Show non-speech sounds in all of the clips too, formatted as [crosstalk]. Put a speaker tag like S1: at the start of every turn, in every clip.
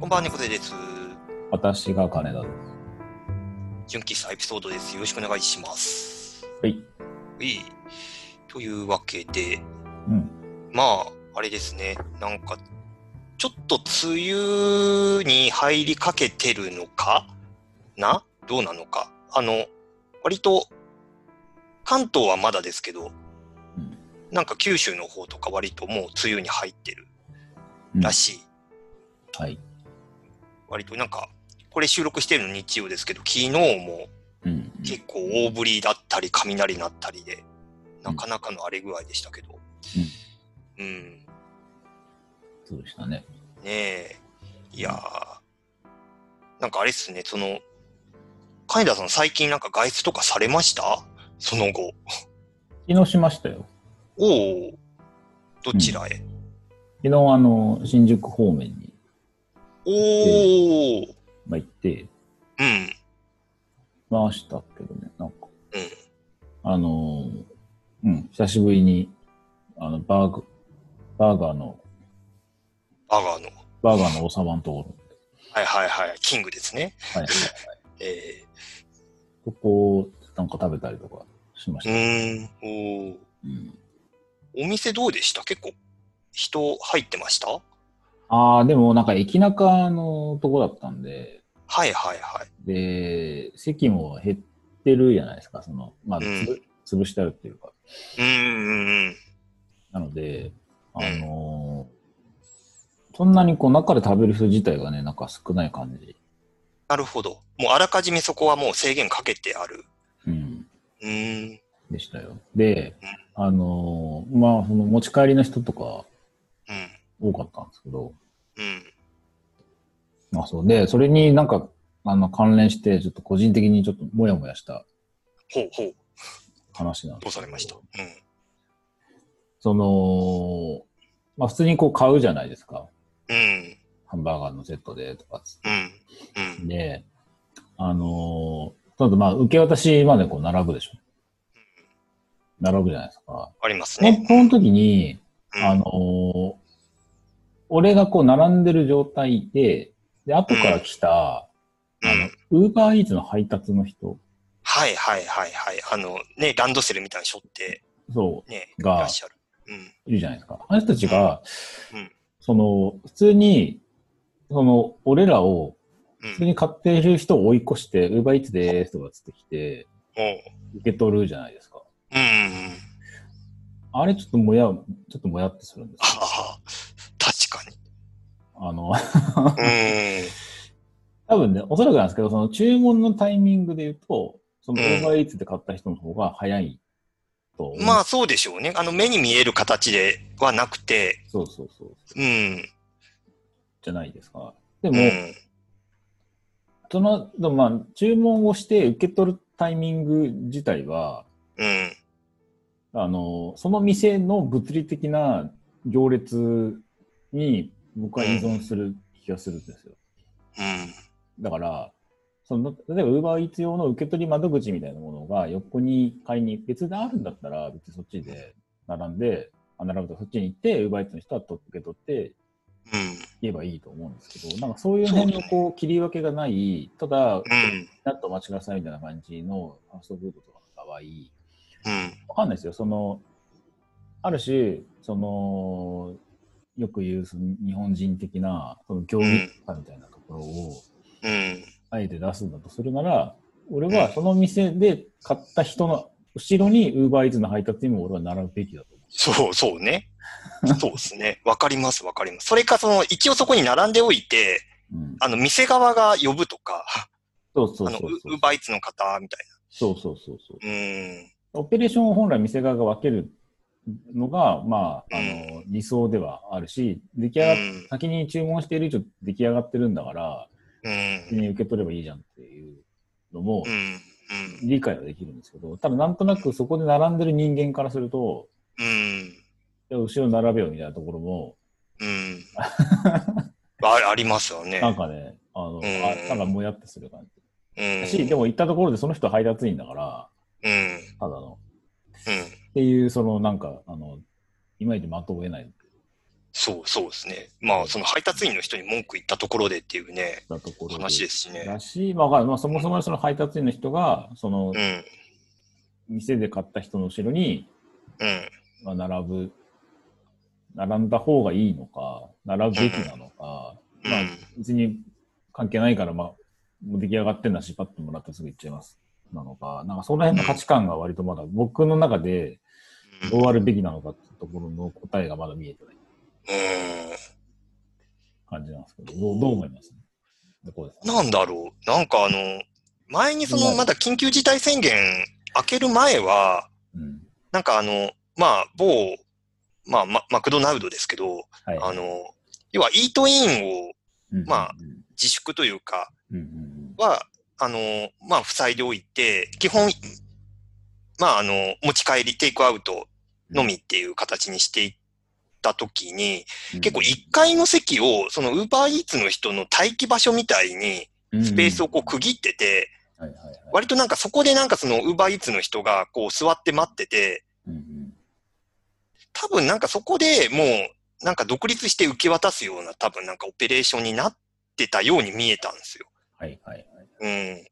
S1: こんばんは、猫背です。
S2: 私が金田です。
S1: 純喫茶エピソードです。よろしくお願いします。
S2: はい。
S1: いい。というわけで、
S2: うん。
S1: まあ、あれですね。なんか、ちょっと梅雨に入りかけてるのかなどうなのか。あの、割と、関東はまだですけど、
S2: うん
S1: なんか九州の方とか割ともう梅雨に入ってる
S2: うん
S1: らしい。
S2: はい。
S1: 割となんか、これ収録してるの日曜ですけど、昨日も
S2: うん。
S1: 結構大降りだったり雷鳴ったりでなかなかの荒れ具合でしたけどうん、
S2: そうでしたね。
S1: ねえいやーなんかあれっすねその金田さん最近なんか外出とかされましたその後
S2: 昨日しましたよ。
S1: おおどちらへ、
S2: 昨日、あの、新宿方面に、
S1: おお
S2: まあ、行って
S1: うん
S2: ましたけどね、なんか、
S1: うん
S2: あのー、うん、久しぶりに、あの、バーグ、バーガーの、
S1: バーガーの
S2: バーガーの王様のとこ
S1: はいはいはいキングですね
S2: ろ、はい。
S1: え
S2: そこを、なんか食べたりとかしまし
S1: え
S2: た。
S1: うーんおー
S2: うん、
S1: お店どうでした結構人入ってました
S2: ああ、でもなんか駅中のとこだったんで、
S1: はいはいはい
S2: で、席も減ってるじゃないですか、その、まあ、
S1: うん
S2: つぶ潰してあるっていうか。
S1: うんうんうん
S2: なので、あのーそんなにこう中で食べる人自体がね、なんか少ない感じ。
S1: なるほど。もうあらかじめそこはもう制限かけてある。
S2: うん。
S1: うーん。
S2: でしたよ。で、あのーまあ、その持ち帰りの人とか
S1: うん。
S2: 多かったんですけど、
S1: うん。
S2: まあそうで、それになんか、あの、関連して、ちょっと個人的にちょっともやもやした
S1: ほうほう。
S2: 話なん
S1: ど
S2: で
S1: う
S2: す
S1: さ
S2: け
S1: れました。うん。
S2: その、まあ普通にこう買うじゃないですか。
S1: うん。
S2: ハンバーガーのセットでとかつって
S1: うん。うん。
S2: で、あのー、ただまあ、受け渡しまでこう並ぶでしょ。並ぶじゃないですか。
S1: あります
S2: ね
S1: ね。、
S2: この時に、
S1: うん
S2: あのー、俺がこう並んでる状態で、で、後から来た、
S1: うん
S2: あの、ウーバーイーツの配達の人、
S1: はいはいはいはい。あの、ね、ランドセルみたいにしょって、
S2: そ
S1: ね、い
S2: が
S1: らっしゃる。うん。
S2: う、いるじゃないですか。あの人たちが、
S1: うん
S2: その、普通に、その、俺らを、
S1: う
S2: 普通
S1: ん。
S2: に買ってる人を追い越して、ウーバーイーツでーすとかつってきて、
S1: おう
S2: 受け取るじゃないですか。
S1: うんうんうん。
S2: あれちょっともや、ちょっともやってするんで
S1: あ
S2: すよ。
S1: はは。確かに。
S2: あの、 [laughs]
S1: うん。
S2: 多分ね、おそらくなんですけど、その注文のタイミングで言うと、その
S1: う
S2: オ
S1: ん
S2: ーバーイーツで買った人の方が早いと。
S1: まあ
S2: あ。
S1: そうでしょうね。あの、目に見える形ではなくて、
S2: そうそうそう。
S1: うん。
S2: じゃないですか。で
S1: う
S2: も、
S1: ん。
S2: その、でもまあ、注文をして受け取るタイミング自体は、
S1: うん。
S2: あの、その店の物理的な行列に僕は依存する気がするんですよ。
S1: うん。
S2: だから、その例えば、ウーバーイーツ用の受け取り窓口みたいなものが横に買いに、別であるんだったら、別にそっちで並んで、あ並ぶとそっちに行って、ウーバーイーツの人は取っ受け取って
S1: うん。
S2: 言えばいいと思うんですけど、なんかそういう辺のこう切り分けがない、ただ、
S1: うん。
S2: なっとお待ちくださいみたいな感じのファーストフードとかの場
S1: う
S2: 合、
S1: ん。
S2: わかんないですよ。その、ある種、その、よく言うその日本人的な、その競技とかみたいなところを、
S1: うん。
S2: あえて出すんだとするなら、俺はその店で買った人の後ろに UberEats の配達員も俺は並ぶべきだと思
S1: そう、そうね。そうですね。わかります、わかります。それか、その、一応そこに並んでおいて、
S2: う。うん、
S1: あの、店側が呼ぶとか、
S2: そうそ
S1: あ
S2: う
S1: の、
S2: そうそう。
S1: ウーバーイーツの方、みたい
S2: そうそうそうそう。
S1: な。うーん。
S2: オペレーションを本来店側が分けるのが、まあ、あの、理想ではあるし、出来上がっ
S1: うん
S2: 先に注文している以上出来上がってるんだから、
S1: う
S2: 先
S1: ん。
S2: に受け取ればいいじゃんっていうのも
S1: うん。うん。
S2: 理解はできるんですけど、ただなんとなくそこで並んでる人間からすると、
S1: うん。
S2: いや後ろ並べよみたいなところも、
S1: うん。あありますよね。
S2: なんかね、あ
S1: ん
S2: の、あなんかもやってする感じ。
S1: うん。
S2: し、でも行ったところでその人は配達員だから、
S1: うん。うん。
S2: ただの。っていう、そのなんか、あの、いまいち的を得ない
S1: そうそうですね。まあ、その配達員の人に文句言ったところでっていうね、
S2: だところで
S1: 話ですしね。
S2: だし、まあわかるまあ、そもそもその配達員の人が、その
S1: うん、
S2: 店で買った人の後ろに、
S1: うん、
S2: まあ、並ぶ、並んだ方がいいのか、並ぶべきなのか、
S1: うん。
S2: まあ別に関係ないから、まあ、もう出来上がってんだし、パッともらってすぐ行っちゃいます。なのか、なんかその辺の価値観が割とまだ僕の中で
S1: うん
S2: どうあるべきなのかってところの答えがまだ見えてない
S1: うん
S2: 感じなんですけど、どうどう思いますでこうです
S1: なんだろう。なんかあの、前にその、まだ緊急事態宣言明ける前は、
S2: うん。
S1: なんかあの、まあ、某、まあ、ママクドナルドですけど、
S2: はい。
S1: あの、要はイートインを
S2: うん、
S1: まあ自粛というか、
S2: うん、うんうん
S1: は、あの、まあ、塞いでおいて、基本、まあ、あの、持ち帰り、テイクアウトのみっていう形にしていったときに、
S2: うん、
S1: 結構1階の席を、そのウーバーイーツの人の待機場所みたいに、スペースをこう区切ってて、
S2: うん、はいはいはい。
S1: 割となんかそこでなんかそのウーバーイーツの人がこう座って待ってて、
S2: うんうん
S1: 多分なんかそこでもう、なんか独立して受け渡すような多分なんかオペレーションになってたように見えたんですよ。
S2: はいはいはい。
S1: うん。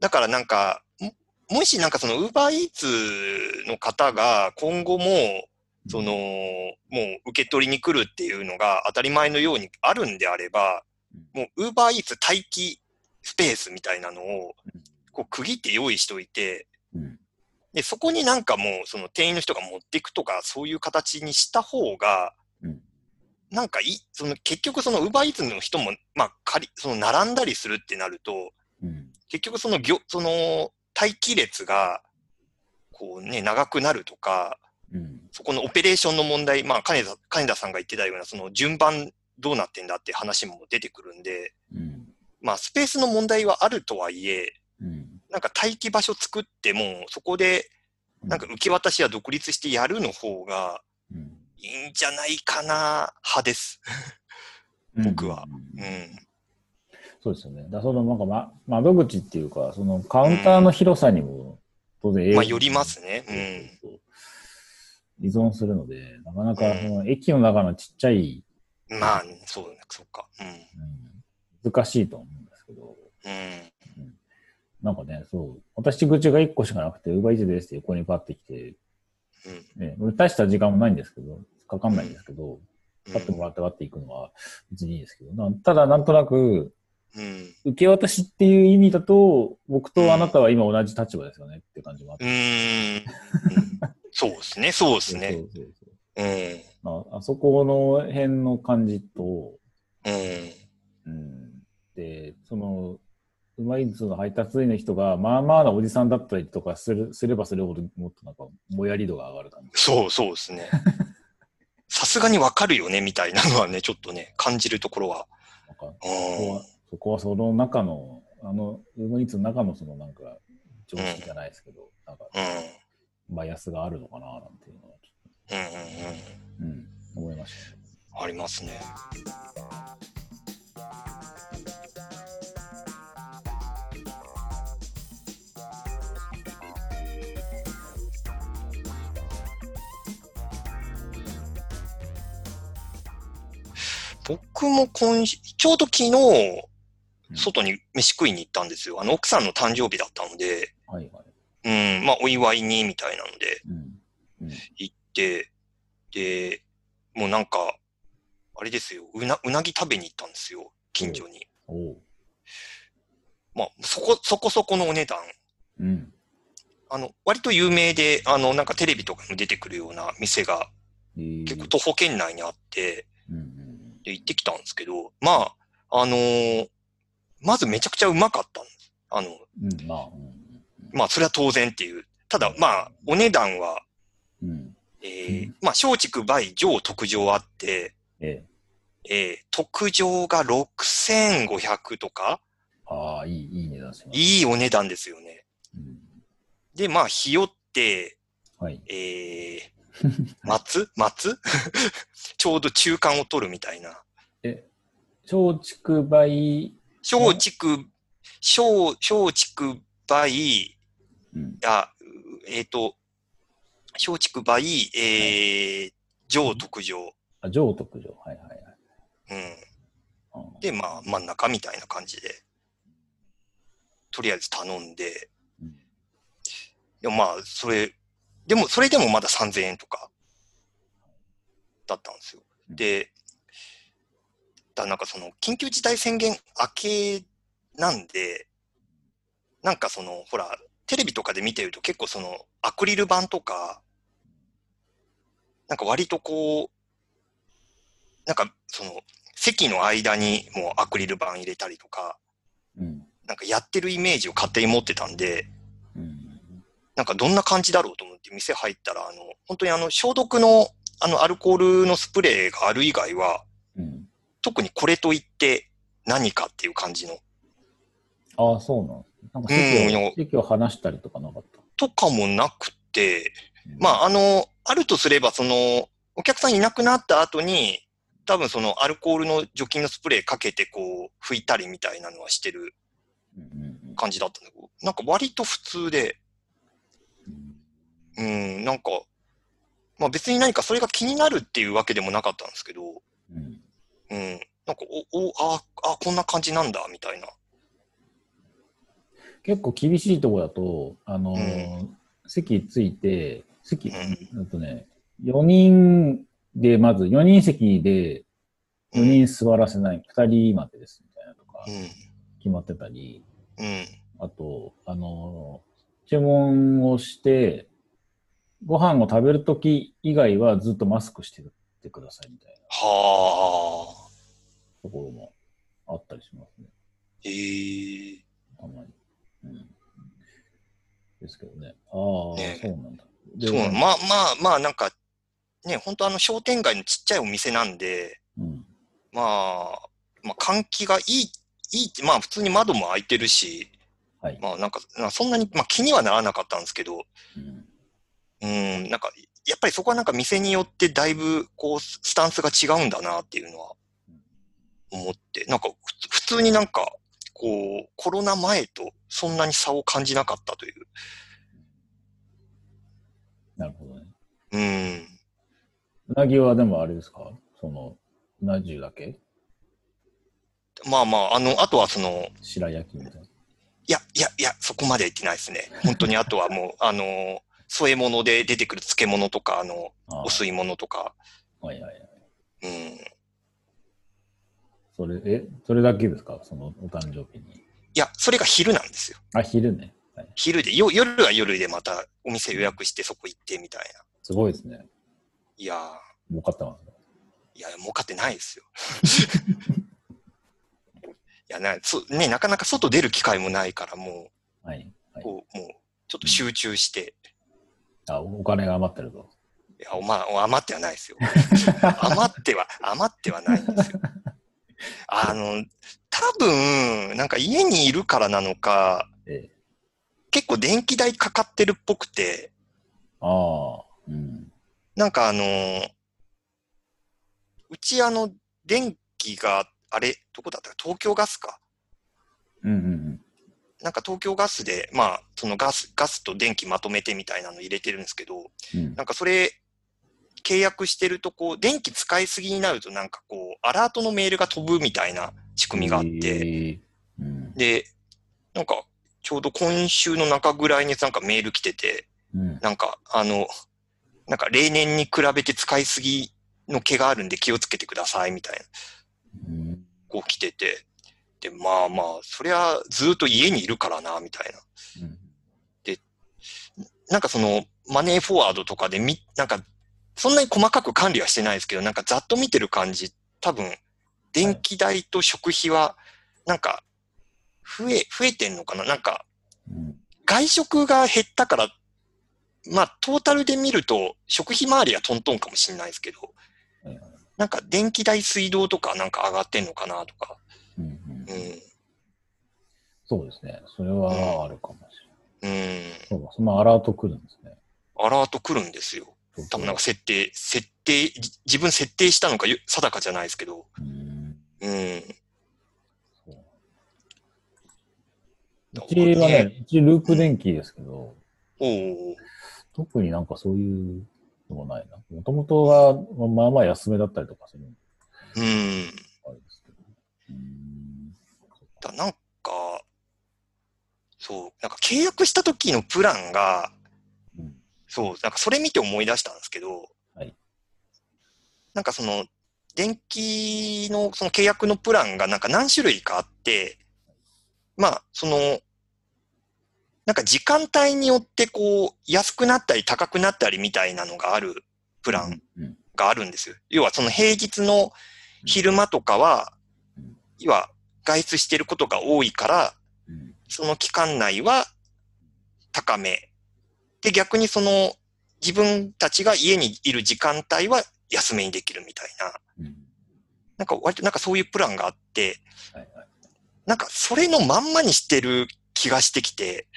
S1: だからなんか、ももしなんかそのウーバーイーツの方が今後も、その、もう受け取りに来るっていうのが当たり前のようにあるんであれば、もうウーバーイーツ待機スペースみたいなのを
S2: うん、
S1: こう区切って用意しておいて、
S2: うん、
S1: で、そこになんかもうその店員の人が持っていくとか、そういう形にした方が、
S2: うん
S1: なんかいい、その結局そのウーバーイーツの人も、まあ仮、その並んだりするってなると、
S2: うん、
S1: 結局その業、その待機列が、こうね、長くなるとか、
S2: うん、
S1: そこのオペレーションの問題、まあ金田、金田さんが言ってたような、その順番どうなってんだって話も出てくるんで、
S2: うん、
S1: まあスペースの問題はあるとはいえ、
S2: うん。
S1: なんか待機場所作っても、そこで、なんか受け渡しは独立してやるの方が
S2: うん、
S1: いいんじゃないかな、派です。僕は
S2: うん
S1: うん。
S2: そうですよね。だからそのなんか、ま、窓口っていうか、そのカウンターの広さにも当然影響
S1: まあ、よりますね。うん。
S2: そうそう依存するので、なかな
S1: う
S2: か
S1: ん
S2: その駅の中のちっちゃい、
S1: まあ、そうね、そうか。
S2: うん、難しいと思うんですけど、
S1: うん。うん。
S2: なんかね、そう、私口が1個しかなくて、ウーバーイーツですって横にパッて来て、
S1: うん。
S2: ね、俺大した時間もないんですけど、かかんないんですけど、
S1: うん
S2: 買ってもらって割っていくのは別にいいですけど、なんただなんとなく、
S1: うん。
S2: 受け渡しっていう意味だと、僕とあなたは今同じ立場ですよねっていう感じもあっ
S1: う
S2: て。
S1: ーん。そうですね、そうですね。
S2: [laughs] そうそうそう
S1: うん。
S2: まああそこの辺の感じと、
S1: うん。
S2: うん、で、その、うまいその配達員の人が、まあまあなおじさんだったりとかするすればするほど、もっとなんか、もやり度が上がる感じ。
S1: そうそうですね。さすがにわかるよね、みたいなのはね、ちょっとね、感じるところは。
S2: なんか、
S1: う
S2: そこ
S1: ん
S2: は、そこはその中の、あの、ウーバーイーツの中のそのなんか、常識じゃないですけど、なんか、
S1: うん。
S2: バイアスがあるのかな、なんていうのは、ちょっ
S1: うんうんうん。
S2: と、うん、思いました。
S1: ありますね。僕も今週、ちょうど昨日、
S2: うん
S1: 外に飯食いに行ったんですよ。あの、奥さんの誕生日だったので、
S2: はいはい。
S1: うん、まあ、お祝いに、みたいなので、
S2: うん。うん
S1: 行って、で、もうなんか、あれですよ、うな、うなぎ食べに行ったんですよ、近所に。
S2: おう。
S1: まあ、そこ、そこそこのお値段。
S2: うん。
S1: あの、割と有名で、あの、なんかテレビとかにも出てくるような店が結構徒歩圏内にあって、
S2: うんうん
S1: で、行ってきたんですけど、まあ、あのーまずめちゃくちゃうまかったんです。あの、
S2: うん。うん、まあ、
S1: まあ、それは当然っていう。ただ、まあ、お値段は、
S2: うん。うん。
S1: え
S2: う
S1: ー、まあ、松竹梅上特上あって、
S2: ええ。
S1: えー、特上が6500とか、
S2: ああ、いい、いい値段します。
S1: いいお値段ですよね。
S2: うん、
S1: で、まあ、ひよって、
S2: はい。
S1: えー、
S2: [laughs]
S1: 松松 [laughs] ちょうど中間を取るみたいな。
S2: 松竹梅、
S1: 松竹、松、松竹梅、
S2: うん。
S1: あ、うえっ、と、松竹梅、えー、上特上。
S2: あ、上特上。はいはいはい。
S1: うん。
S2: うん
S1: で、まあ、真ん中みたいな感じで、とりあえず頼んで、
S2: うん
S1: でもまあ、それ、でも、それでもまだ3000円とか、だったんですよ。
S2: うん
S1: で、だからなんかその、緊急事態宣言明けなんで、なんかその、ほら、テレビとかで見てると結構その、アクリル板とか、なんか割とこう、なんかその、席の間にもうアクリル板入れたりとか、
S2: うん。
S1: なんかやってるイメージを勝手に持ってたんで、
S2: うん。
S1: なんかどんな感じだろうと思って店入ったら、あの、本当にあの消毒のあのアルコールのスプレーがある以外は、
S2: うん。
S1: 特にこれといって何かっていう感じの、
S2: ああ、そうなん。なんか
S1: うん
S2: 席
S1: よ
S2: を、席を離したりとかなかった。
S1: とかもなくて、
S2: うん
S1: まあ、あの、あるとすれば、その、お客さんいなくなった後に、多分そのアルコールの除菌のスプレーかけてこう拭いたりみたいなのはしてる
S2: うんうん
S1: 感じだったんだけど、なんか割と普通で、
S2: う
S1: う
S2: ん
S1: ん、なんか、まあ別に何かそれが気になるっていうわけでもなかったんですけど、
S2: うんうん
S1: うん、なんか、お、お、ああ、こんな感じなんだ、みたいな。
S2: 結構厳しいとこだと、あのー席ついて、席、
S1: う
S2: あとね、4人で、まず4人席で
S1: う
S2: 4
S1: ん、
S2: 人座らせない、2人までですみたいなとか
S1: うん、
S2: 決まってたり、
S1: うん、
S2: あと、あのー注文をして、ご飯を食べるとき以外はずっとマスクしててくださいみたいな
S1: はあ、
S2: ところもあったりしますね、
S1: ええ
S2: たまに。うん、ですけどね。ああ、
S1: ね
S2: そうなんだ。で
S1: そうなの、まあまあまあ、なんか、ね、本当あの商店街のちっちゃいお店なんで、
S2: うん、
S1: まあ、まあ換気がいい、いいって、まあ普通に窓も開いてるし、
S2: はい。
S1: まあなんか、なんかそんなに、まあ気にはならなかったんですけど、
S2: うん
S1: うん、なんか、やっぱりそこはなんか店によってだいぶ、こう、ススタンスが違うんだなっていうのは
S2: うん、
S1: 思って、なんか、ふつ普通になんか、こう、コロナ前とそんなに差を感じなかったという。
S2: なるほどね。
S1: うん。
S2: うなぎはでもあれですかその、うな重だけ
S1: まあまあ、あの、あとはその、
S2: 白焼きみたいな。
S1: いや、いや、いや、そこまでいってないですね。本当に、あとはもう、 [laughs] あの、添え物で出てくる漬物とか、あの、
S2: あ
S1: お吸い物とか。
S2: あはいはいはい。
S1: うん。
S2: それ、え、それだけですかその、お誕生日に。
S1: いや、それが昼なんですよ。
S2: あ、昼ね。はい、
S1: 昼で、よ夜は夜でまたお店予約してそこ行ってみたいな。
S2: すごいですね。
S1: いやー。
S2: 儲かってますね。
S1: いや、儲かってないですよ。 [laughs] いやなそね、なかなか外出る機会もないから、も
S2: はい。は
S1: う、
S2: い、
S1: こうもうちょっと集中して、
S2: あお金が余ってると。
S1: いやおま、お余ってはないです
S2: [laughs]
S1: よ。余っては、余ってはないんですよ。あの、多分、なんか家にいるからなのか、
S2: ええ。
S1: 結構電気代かかってるっぽくて、
S2: ああ、うん。
S1: なんかあのーうちあの、電気が、あれ、どこだったか、東京ガスか。
S2: うんうんうん。
S1: なんか東京ガスで、まあ、そのガス、ガスと電気まとめてみたいなの入れてるんですけど、
S2: うん、
S1: なんかそれ、契約してると、こう、電気使いすぎになると、なんかこう、アラートのメールが飛ぶみたいな仕組みがあって、
S2: ええうん。
S1: で、なんか、ちょうど今週の中ぐらいになんかメール来てて、
S2: うん。
S1: なんか、あの、なんか例年に比べて使いすぎの毛があるんで気をつけてくださいみたいな、
S2: うん。
S1: こう来てて、で、まあまあ、そりゃずっと家にいるからな、みたいな。
S2: うん
S1: なんかその、マネーフォワードとかでみ、なんか、そんなに細かく管理はしてないですけど、なんかざっと見てる感じ、多分、電気代と食費は、なんか、増え、増えてんのかななんか、
S2: うん。
S1: 外食が減ったから、まあ、トータルで見ると、食費周りはトントンかもしれないですけど
S2: はいはい、
S1: なんか電気代、水道とかなんか上がってんのかなとか、
S2: うんうん
S1: う。ん、
S2: そうですね。それはあるかもしれない。
S1: うん、
S2: そうか、そのアラート来るんですね。
S1: アラート来るんですよ。
S2: そう
S1: 多
S2: そう
S1: 分なんか設定、設定、じ自分設定したのかよ定かじゃないですけど、
S2: うーん
S1: うん。
S2: そう
S1: だ
S2: うちは
S1: ね
S2: ね、うちループ電気ですけど、
S1: おうおう
S2: 特になんかそういうでもないな。もともとは、まあまあ安めだったりとかするのも
S1: うん。
S2: あるんですけど。うーん
S1: だなんか、そう、なんか契約した時のプランが、
S2: うん
S1: そう、なんかそれ見て思い出したんですけど、
S2: はい
S1: なんかその、電気のその契約のプランがなんか何種類かあって、まあ、その、なんか時間帯によってこう、安くなったり高くなったりみたいなのがあるプラン
S2: うん
S1: があるんですよ。要はその平日の昼間とかは
S2: うん、
S1: 要は外出してることが多いから、
S2: うん
S1: その期間内は高め。で、逆にその自分たちが家にいる時間帯は安めにできるみたいな。
S2: うん
S1: なんか割となんかそういうプランがあって、
S2: はいはい
S1: なんかそれのまんまにしてる気がしてきて、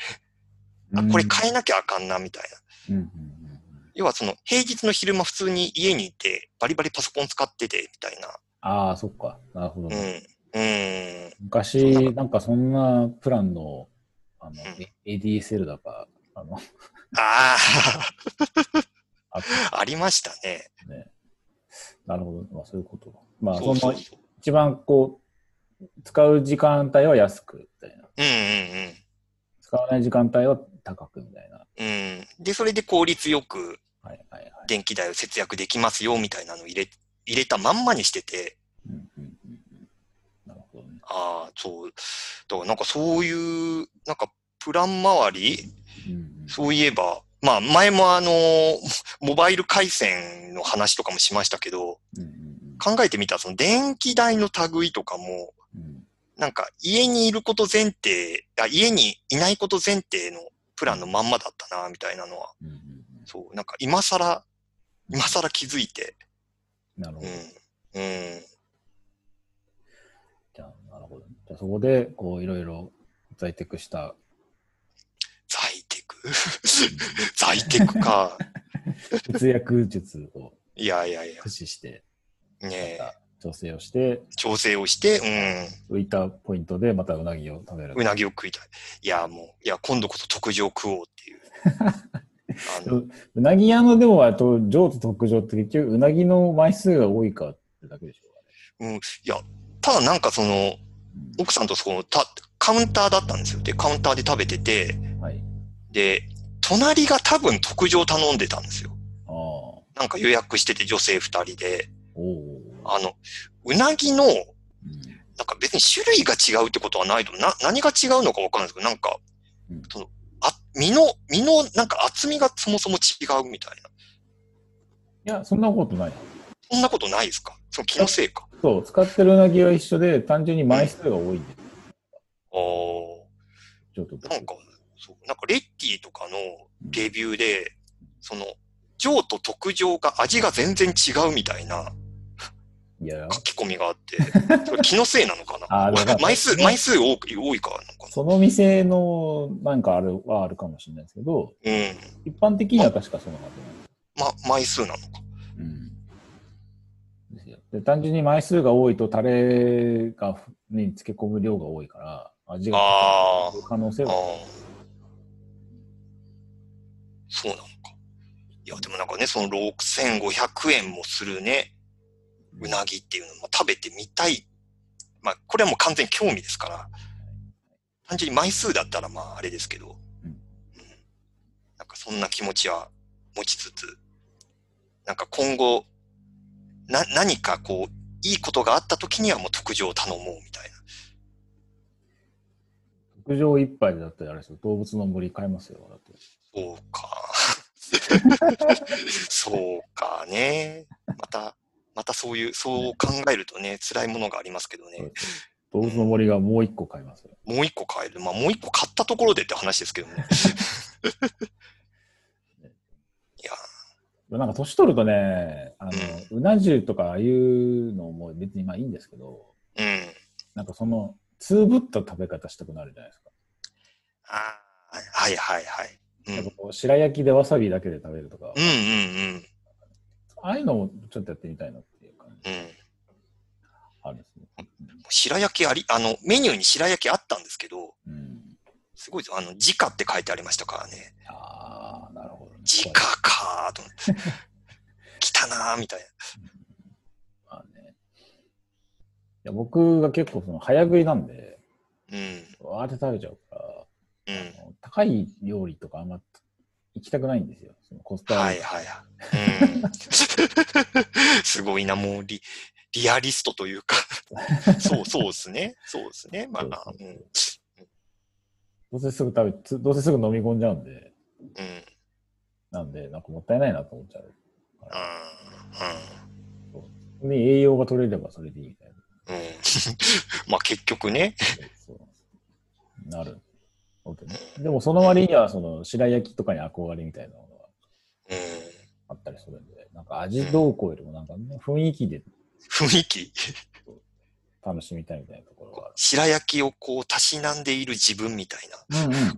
S1: あ、これ変えなきゃあかんなみたいな。
S2: うんうんうんうん
S1: 要はその平日の昼間普通に家にいて、バリバリパソコン使っててみたいな。
S2: ああ、そっか。なるほど
S1: う
S2: ね。
S1: ん。うん。
S2: 昔、なんかそんなプランの、あの
S1: う、
S2: ADSL だか、あの、
S1: あ
S2: あっ
S1: [laughs] あ、ありましたね。
S2: たね。なるほど。まあ、そういうことか。まあ、
S1: そ
S2: そう
S1: そ
S2: の
S1: うそう。
S2: 一番こう、使う時間帯は安くみたいな。
S1: うんうんうん。
S2: 使わない時間帯は高くみたいな。
S1: うん、で、それで効率よく
S2: はいはいはい。
S1: 電気代を節約できますよみたいなのを入れ入れたまんまにしてて、
S2: うんうんうんうんなるほどね。
S1: ああ、そう、だからなんかそういう、なんかプラン周り、
S2: うんうん
S1: そういえば、まあ前もあの、 [laughs] モバイル回線の話とかもしましたけど、
S2: うんうん
S1: 考えてみたらその電気代の類とかも、
S2: うんうん
S1: なんか家にいること前提、あ家にいないこと前提のプランのまんまだったな、みたいなのは、
S2: うんうん
S1: そう、なんか今更、今更気づいて、
S2: なるほど。
S1: うん。うん。
S2: じゃあ、なるほど。じゃあ、そこで、こう、いろいろ在宅した。
S1: 在テク [laughs] 在テクか。
S2: 節約術を
S1: いやいやいや。
S2: 駆使して、
S1: ねえ。
S2: 調整をして、
S1: 調整をして、
S2: 浮いたポイントでまたうなぎを食べる
S1: うん。う。なぎを食いたい。いや、もう、いや、今度こそ特上食おうって [laughs] いう。あの、
S2: ううなぎ屋のでも、あと、上と特上って結局、うなぎの枚数が多いかってだけでしょ
S1: うん。いや、ただなんかその、
S2: う
S1: 奥さんとその、た、カウンターだったんですよ。で、カウンターで食べてて、
S2: かね、うんはい。
S1: で、隣が多分特上頼んでたんですよ。
S2: ああ。お
S1: なんか予約してて女性二人で、
S2: お。
S1: あの、うなぎの、
S2: うん
S1: なんか別に種類が違うってことはないと、な、何が違うのかわかんないですけど、なんか、
S2: うん
S1: その、あ、身の、身のなんか厚みがそもそも違うみたいな。
S2: いや、そんなことない。
S1: そんなことないですかその気のせいか。
S2: そう、使ってるうなぎは一緒で、単純に枚数が多いんで、
S1: ああ
S2: ちょっと。
S1: ー、なんか、そう、なんかレッキーとかのレビューで、その、上と特上が味が全然違うみたいない
S2: や、
S1: 書き込みがあって、それ気のせいなのか
S2: [laughs] あーでもな
S1: なん
S2: か
S1: 枚数、枚数多く多いからなのか
S2: その店のなんかあるはあるかもしれないですけど、
S1: なうん。
S2: 一般的には確かそんな感じなんです。
S1: ま、枚数なのか。
S2: うん。ですよ。で、単純に枚数が多いと、タレがふ、に漬け込む量が多いから、味が
S1: あ
S2: 可能性
S1: あ
S2: は。
S1: あ。そうなのか。いや、でもなんかね、その6500円もするね、うなぎっていうのも食べてみたい。まあ、これはもう完全に興味ですから、単純に枚数だったらまあ、あれですけど、
S2: うん
S1: なんかそんな気持ちは持ちつつ、なんか今後、な、何かこう、いいことがあった時にはもう特上を頼もうみたいな。
S2: 特上一杯だったらあれですよ、動物の森買いますよ、だって。
S1: そうか。 [laughs] そうかね。また、またそういう、そう考えるとね、辛いものがありますけど
S2: そう
S1: ね。
S2: です動物の森がもう一個買いますよ。
S1: もう一個買える。まあ、もう一個買ったところでって話ですけどね。 [laughs] いや、
S2: なんか年取るとね、あの、うな重とかああいうのも別にまあいいんですけど、
S1: うん。
S2: なんかその、つぶった食べ方したくなるじゃないですか。
S1: あーはいはいはい。うん。
S2: やっぱこう白焼きでわさびだけで食べるとか、
S1: うんうんうん。
S2: ああいうのもちょっとやってみたいなっていう感じ
S1: うん、
S2: あるんですね。
S1: 白焼きあり、あの、メニューに白焼きあったんですけど、
S2: うん。
S1: すごいです、あの、直って書いてありましたからね。
S2: ああ、なるほど、ね。 [laughs]
S1: 直かーと思って。来たなーみたいな。
S2: まあね、いや僕が結構その早食いなんで、
S1: うん。
S2: わーって食べちゃうから、
S1: うん。
S2: あの高い料理とかあんま行きたくないんですよ。そのコスパ
S1: はいはいはい。 [laughs] うん、すごいな、もうリリアリストというかそう、そうですね。そうですね。まあ、うん。うん。
S2: どうせすぐ食べつ、どうせすぐ飲み込んじゃうんで、なんで、なんかもったいないなと思っちゃう。
S1: あ
S2: で、栄養が取れればそれでいいみたいな。
S1: ーうん。うん。 [laughs] まあ結局ね。
S2: そうなる。でもその割には、その白焼きとかに憧れみたいなものが
S1: うん。
S2: あったりするんで、なんか味どうこうよりもなんかね、雰囲気で
S1: 雰囲気。
S2: 楽しみたいみたいなところがある。
S1: 白焼きをこう、たしなんでいる自分みたいな。
S2: うんうん。
S1: そ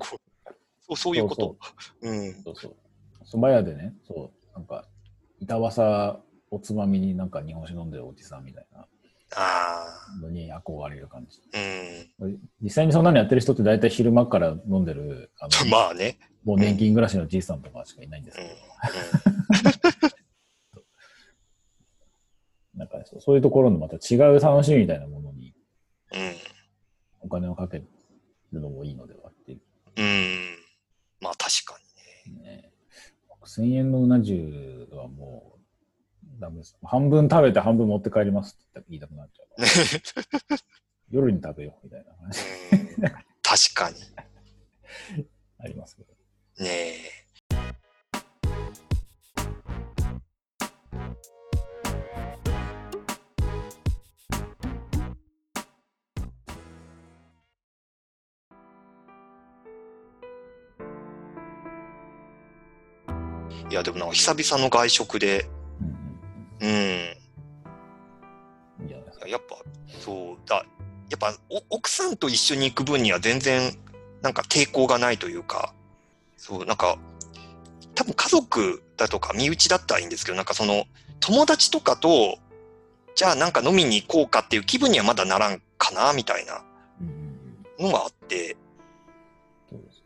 S1: うそういうこと。うん。
S2: そうそう。そば屋でね、そう、なんか、板わさおつまみになんか日本酒飲んでるおじさんみたいな
S1: あ
S2: のに憧れる感じ。
S1: あ。うん。 [laughs]
S2: 実際にそんなのやってる人って大体昼間から飲んでる、あの
S1: まあね。
S2: もう年金暮らしのじいさんとかしかいないんです
S1: うん。
S2: け
S1: う
S2: ど、
S1: ん
S2: なんかそうそういうところのまた違う楽しみみたいなものに
S1: うん。
S2: お金をかけるのもいいのではっていう
S1: うん。まあ確か
S2: ね。1000円のうな重はもうダメです。半分食べて半分持って帰りますって言いたくなっちゃう。
S1: にね。 [laughs]
S2: 夜に食べようみたいな話
S1: うん確かに。
S2: ありますけど。
S1: ねえ。いやでもなんか久々の外食で、
S2: うん
S1: うん、
S2: うん、いいじゃないですか。
S1: やっぱそうだ、やっぱお奥さんと一緒に行く分には全然なんか抵抗がないというか、そうなんか多分家族だとか身内だったらいいんですけど、なんかその友達とかとじゃあなんか飲みに行こうかっていう気分にはまだならんかなみたいな
S2: うんうんうん、
S1: のがあって、
S2: そうです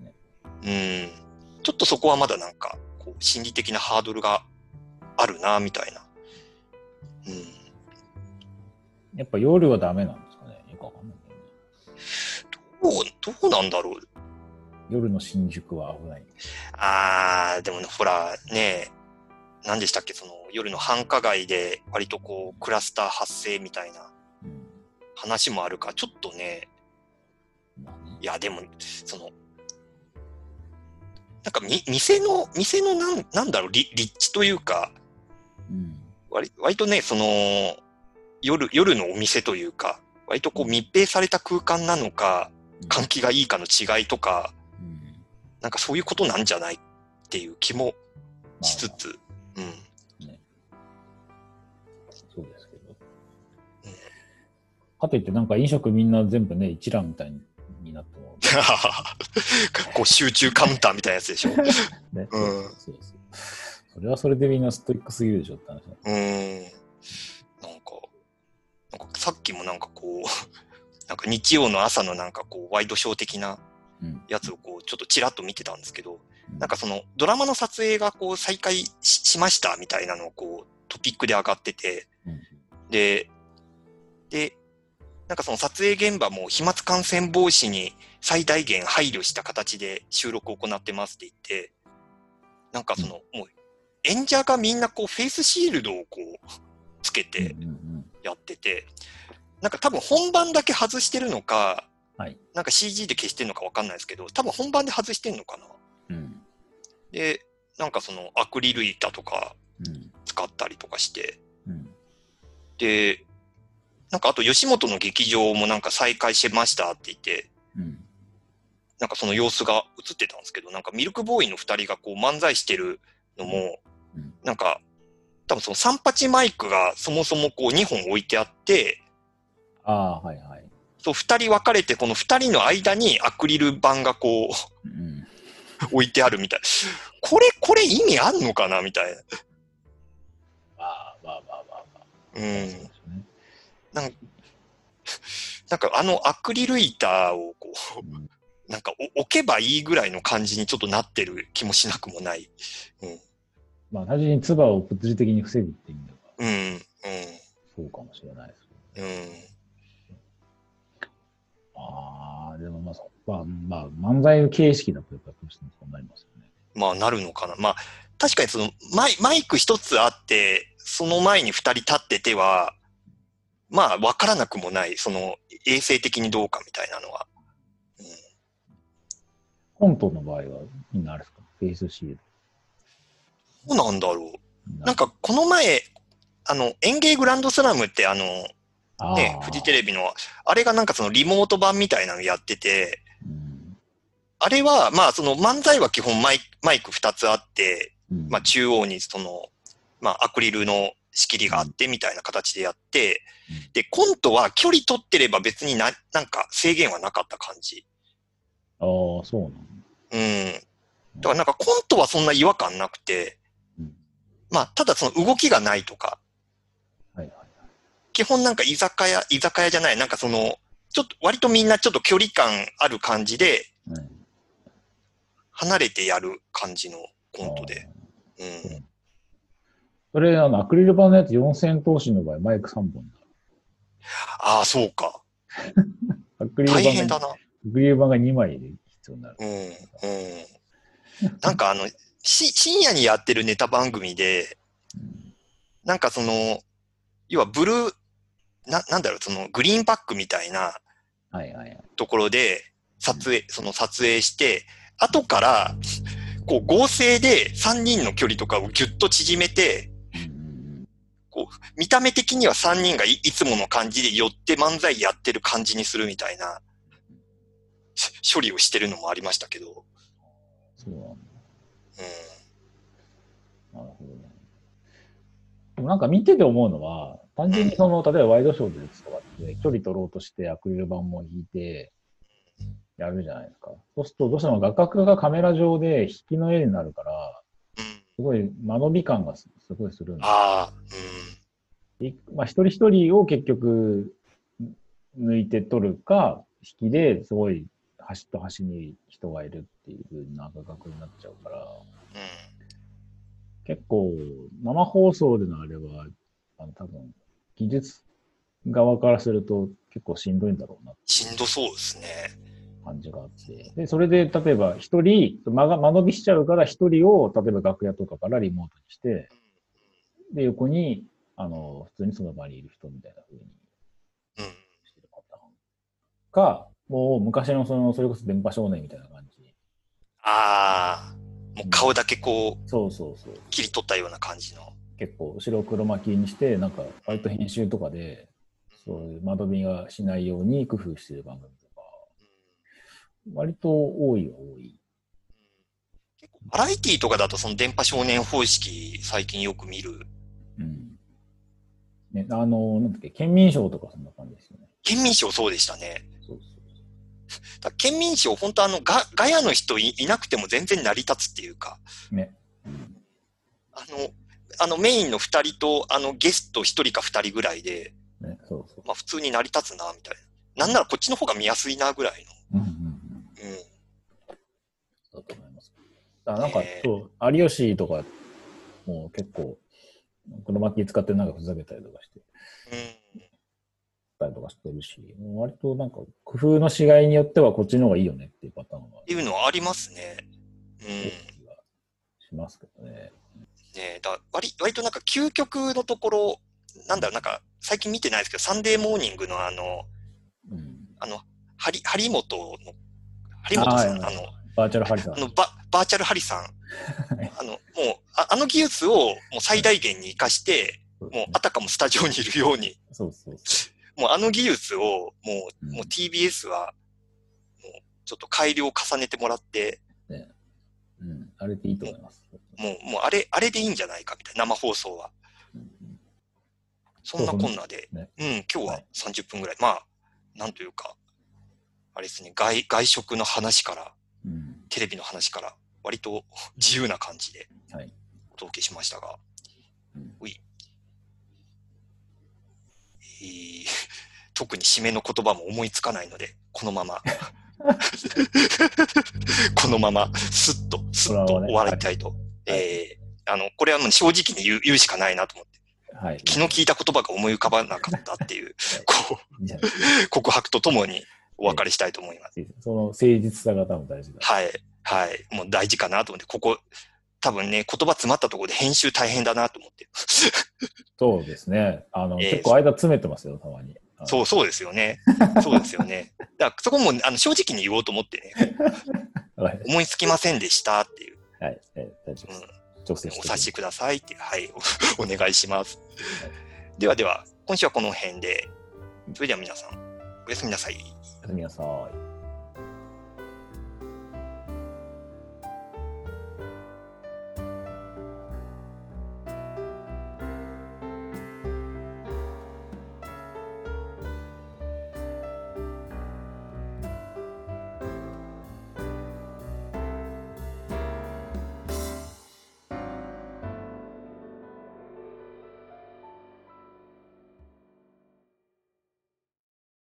S2: ね。
S1: うん、ちょっとそこはまだなんかこう心理的なハードルがあるなみたいな。うん
S2: やっぱ夜はダメなんですかね。よくわかんないけどね。
S1: どうどうなんだろう
S2: 夜の新宿は危ない。
S1: あー、でもね、ほら、ねえ、何でしたっけ、その夜の繁華街で割とこうクラスター発生みたいな
S2: うん
S1: 話もあるから、ちょっとね、
S2: まあね
S1: いや、でも、その、なんかみ店の、店のなんなんだろう、り立地というか、
S2: うん
S1: 割割とね、その、夜、夜のお店というか、割とこう密閉された空間なのか、換気がいいかの違いとか、
S2: うん
S1: なんかそういうことなんじゃないっていう気も
S2: まあ
S1: しつつ、うん。
S2: そうですけど。かといって、なんか飲食みんな全部ね、一覧みたいになっても。
S1: [laughs] こう集中カウンターみたいなやつでしょ。う
S2: ね、
S1: うん
S2: そうそう。それはそれでみんなストイックすぎるでしょって話なんで
S1: ーん。なんか、なんかさっきもなんかこう、なんか日曜の朝のなんかこうワイドショー的な
S2: うん
S1: やつをこうちょっとちらっと見てたんですけど、
S2: うん
S1: なんかそのドラマの撮影がこう再開ししましたみたいなのをこうトピックで上がってて、
S2: うん
S1: で、で、なんかその撮影現場も飛沫感染防止に最大限配慮した形で収録を行ってますって言って、なんかその、もう演者がみんなこうフェイスシールドをこうつけ
S2: す
S1: て
S2: うんうんうん
S1: やってて、なんか多分本番だけ外してるのか、
S2: はい
S1: なんか CG で消してるのかわかんないですけど、多分本番で外してるのかな。
S2: うん
S1: で、なんかそのアクリル板とか
S2: うん
S1: 使ったりとかして、
S2: うん
S1: で、なんかあと吉本の劇場もなんか再開しましたって言って、
S2: うん
S1: なんかその様子が映ってたんですけど、なんかミルクボーイの二人がこう漫才してるのも、
S2: うん
S1: なんか、多分その三八マイクがそもそもこう2本置いてあって、
S2: ああ、はいはい。
S1: そう二人分かれて、この二人の間にアクリル板がこう [laughs]
S2: うん
S1: 置いてあるみたい。これ、これ意味あんのかなみたいな。
S2: まあまあまあまあまあ。
S1: う。
S2: うん
S1: なんかあのアクリル板をこ
S2: うん
S1: う、なんかお置けばいいぐらいの感じにちょっとなってる気もしなくもない。
S2: まあ、単純に唾を物理的に防ぐって意味では、
S1: うん、うん、
S2: そうかもしれないですけど。
S1: うん。
S2: ああ、でもまあ、そまあ、まあ、漫才形式だとやっぱどうしてもそうなりますよね。
S1: まあ、なるのかな。まあ、確かにそのマイ、マイク一つあって、その前に二人立ってては、まあ、わからなくもない。その、衛生的にどうかみたいなのは。
S2: コントの場合は、みんなあれですかフェイスシール
S1: どうなんだろ
S2: み
S1: う。なん、か、この前、あの、演芸グランドスラムって、あの、
S2: あー
S1: ね、フジテレビの、あれがなんかそのリモート版みたいなのやってて、
S2: うん
S1: あれは、まあ、その漫才は基本マイマイク二つあって、
S2: うん
S1: まあ、中央にその、まあ、アクリルの仕切りがあってみたいな形でやって
S2: うん、
S1: で、コントは距離取ってれば別にな、なんか制限はなかった感じ。
S2: ああ、そうなの。
S1: うん。だからなんかコントはそんな違和感なくて
S2: うん、
S1: まあ、ただその動きがないとか、
S2: はいはい。
S1: 基本なんか居酒屋、居酒屋じゃない、なんかその、ちょっと割とみんなちょっと距離感ある感じで、
S2: はい
S1: 離れてやる感じのコントで。うん。
S2: それ、あの、アクリル板のやつ4千頭身の場合、マイク3本
S1: ああ、そうか。
S2: だ。アクリル
S1: 大
S2: 板
S1: 変
S2: が、
S1: だ
S2: ア
S1: な。
S2: クリル板が2枚で必要になる。
S1: うん、うん。なんかあの、し、深夜にやってるネタ番組で、なんかその、要はブルー、な、なんだろう、そのグリーンバックみたいな
S2: はいはいはい。
S1: ところで、撮影、その撮影して、後から、こう合成で3人の距離とかをぎゅっと縮めて、
S2: うん
S1: 見た目的には3人がいいつもの感じで寄って漫才やってる感じにするみたいなし処理をしてるのもありましたけど、
S2: そうなんだ。
S1: うん、
S2: なるほどね。でもなんか見てて思うのは、単純にその、例えばワイドショーでとかって、距離取ろうとしてアクリル板も引いて、やるじゃないですか。そうすると、どうしても画角がカメラ上で引きの絵になるから、
S1: うん、
S2: すごい間延び感がすすごいするんで
S1: ああ、
S2: いまあ、一人一人を結局ん抜いて取るか、引きですごい端と端に人がいるっていう長角になっちゃうから、
S1: うん、うん、
S2: 結構生放送でのあれは、あの多分技術側からすると結構しんどいんだろうなって
S1: しんどそうですね。
S2: 感じがあって、で、それで例えば一人、間が間延びしちゃうから一人を例えば楽屋とかからリモートにして、で、横に、あの、普通にその場にいる人みたいな風に
S1: うん、
S2: してるパターンか、もう昔のその、それこそ電波少年みたいな感じ。
S1: ああ、もう顔だけこう
S2: そうそうそう。
S1: 切り取ったような感じの。
S2: 結構後ろを黒巻きにして、なんか割と編集とかで、そういう窓見がしないように工夫してる番組とか、
S1: うん
S2: 割と多いは多い。
S1: 結構バラエティーとかだとその電波少年方式最近よく見る。
S2: うん。ね、あの、なんだっけ、県民賞とかそんな感じですよね。
S1: 県民賞そうでしたね。
S2: そうそう。
S1: だから県民賞、本当あのガ、ガヤの人いいなくても全然成り立つっていうか、
S2: ね。
S1: あの、あのメインの2人と、あのゲスト1人か2人ぐらいで、
S2: ね、そうそう。
S1: まあ普通に成り立つな、みたいな。なんならこっちの方が見やすいな、ぐらい
S2: うんうんうん。
S1: の。うん。
S2: だと思います。だからなんか、
S1: え
S2: そう、有吉とか、もう結構、黒巻き使ってなんかふざけたりとかして
S1: うん。
S2: たりとかしてるし、もう割となんか、工夫のしがいによってはこっちの方がいいよねっていうパターンは、
S1: っていうのはありますね。うん。
S2: 多い
S1: ね
S2: 気がしますけどね。
S1: えだ割割となんか究極のところ、なんだろう、なんか最近見てないですけど、サンデーモーニングのあの、
S2: うん。
S1: あの、張張本の、張本さ
S2: あは
S1: ん、
S2: いは
S1: あ
S2: い
S1: の、
S2: バーチャルハリさん
S1: あ。のババーチャルハリさん、あのもうああの技術をもう最大限に生かして、
S2: そう
S1: もうあたかもスタジオにいるように、
S2: そうそうそ
S1: もうあの技術をも
S2: う
S1: う,、
S2: ん
S1: もう TBS はもうちょっと改良を重ねてもらって、
S2: う。うん。あれっていいと思います。
S1: もうもうあれあれでいいんじゃないかみたいな、生放送は。
S2: うん
S1: そんなこんなで、
S2: そう
S1: うん、今日
S2: は
S1: はい30分ぐらい、まあ、なんというか、あれですね外、外食の話から、
S2: うん。
S1: テレビの話から、割と自由な感じで
S2: はい。
S1: お届けしましたが、
S2: うん
S1: うい、えー特に締めの言葉も思いつかないので、このま [laughs]
S2: [laughs]
S1: ま、このまま、すっと、すっと終わりたいと、
S2: はい
S1: えーあの、これはもう正直に言う言うしかないなと思って、
S2: はい。
S1: 気の利いた言葉が思い浮かばなかったって
S2: [laughs]
S1: いう、こ
S2: いいじゃないです
S1: う、告白とともにお別れしたいと思います。
S2: か [laughs] その誠実さが多分大事だ。
S1: はい、はい、もう大事かなと思って、ここ、多分ね、言葉詰まったところで編集大変だなと思って。
S2: そうですね。あの、
S1: ええ
S2: 結構間詰めてますよ、たまに。あの
S1: そう、そうですよね。そうですよね。だからそこもあの正直に言おうと思ってね、
S2: はい。
S1: 思いつきませんでしたっていう、
S2: はい。ええ大丈夫
S1: う
S2: で
S1: ん
S2: す。調整し
S1: お
S2: ておき
S1: 察
S2: ます
S1: しくださいっていう、はい、 [laughs] おお願いします。ではでは、今週はこの辺で、それでは皆さん、おやすみなさい。
S2: おやすみなさい。